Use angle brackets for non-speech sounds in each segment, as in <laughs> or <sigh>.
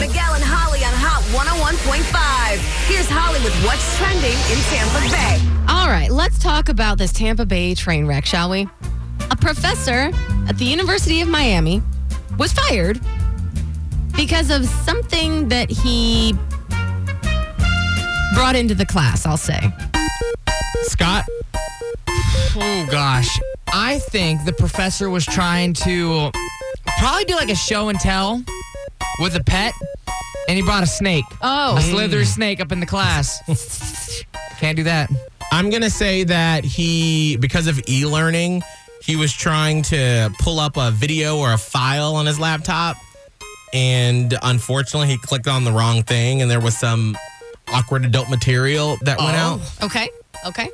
Miguel and Holly on Hot 101.5. Here's Holly with what's trending in Tampa Bay. All right, let's talk about this Tampa Bay train wreck, shall we? A professor at the University of Miami was fired because of something that he brought into the class, I'll say. Scott. Oh gosh. I think the professor was trying to probably do like a show and tell with a pet, and he brought a snake. Oh. A slithery snake up in the class. Can't do that. I'm going to say that he, because of e learning, he was trying to pull up a video or a file on his laptop. And unfortunately, he clicked on the wrong thing, and there was some awkward adult material that went out. Okay, okay.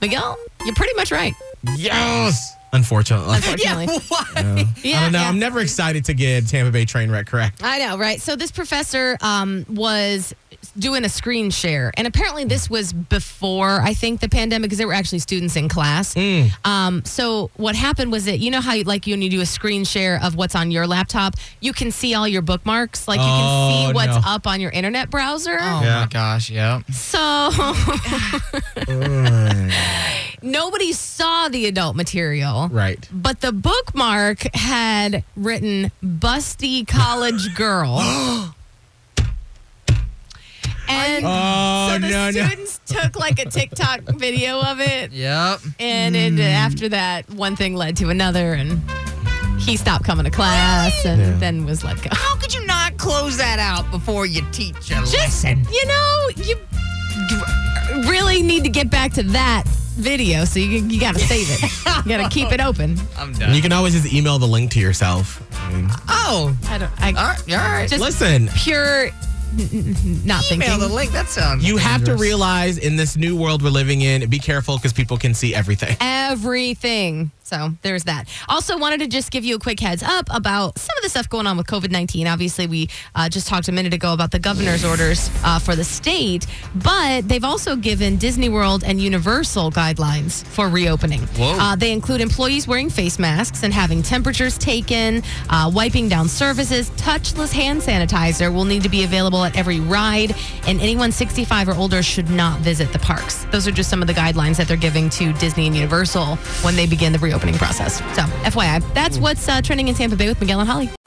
Miguel, you're pretty much <laughs> right, Yes! Unfortunately. unfortunately. Yeah, I don't know. yeah. I'm never excited to get Tampa Bay train wreck correct. I know, right? So this professor um, was doing a screen share, and apparently this was before I think the pandemic because there were actually students in class. Hmm. Um, so what happened was that you know how you, like when you do a screen share of what's on your laptop, you can see all your bookmarks, like you can Oh, see what's no. up on your internet browser. Oh Yeah. my gosh, yeah. <laughs> So <laughs> nobody saw the adult material. Right. But the bookmark had written busty college <gasps> girl. and Oh, so the no, no. students took like a TikTok video of it. Yep. And it, Mm. after that, one thing led to another. And he stopped coming to class and then was let go. Oh, How could you not close that out before you teach a Just, lesson? you know, you you really need to get back to that video. So you, you got to save it. you got to keep it open. I'm And done. You can always just email the link to yourself. I mean, Oh, I don't, I, all right, all right. Just- listen, pure n- n- n- not Email thinking. the link. That sounds. you have to realize in this new world we're living in, be careful because people can see everything. everything. So there's that. Also, wanted to just give you a quick heads up about some of the stuff going on with COVID 19. Obviously, we uh, just talked a minute ago about the governor's orders uh, for the state, but they've also given Disney World and Universal guidelines for reopening. Whoa. Uh, they include employees wearing face masks and having temperatures taken, uh, wiping down surfaces, touchless hand sanitizer will need to be available at every ride, and anyone 65 or older should not visit the parks. Those are just some of the guidelines that they're giving to Disney and Universal when they begin the reopening process. So, FYI, that's what's uh, trending in Tampa Bay with Miguel and Holly.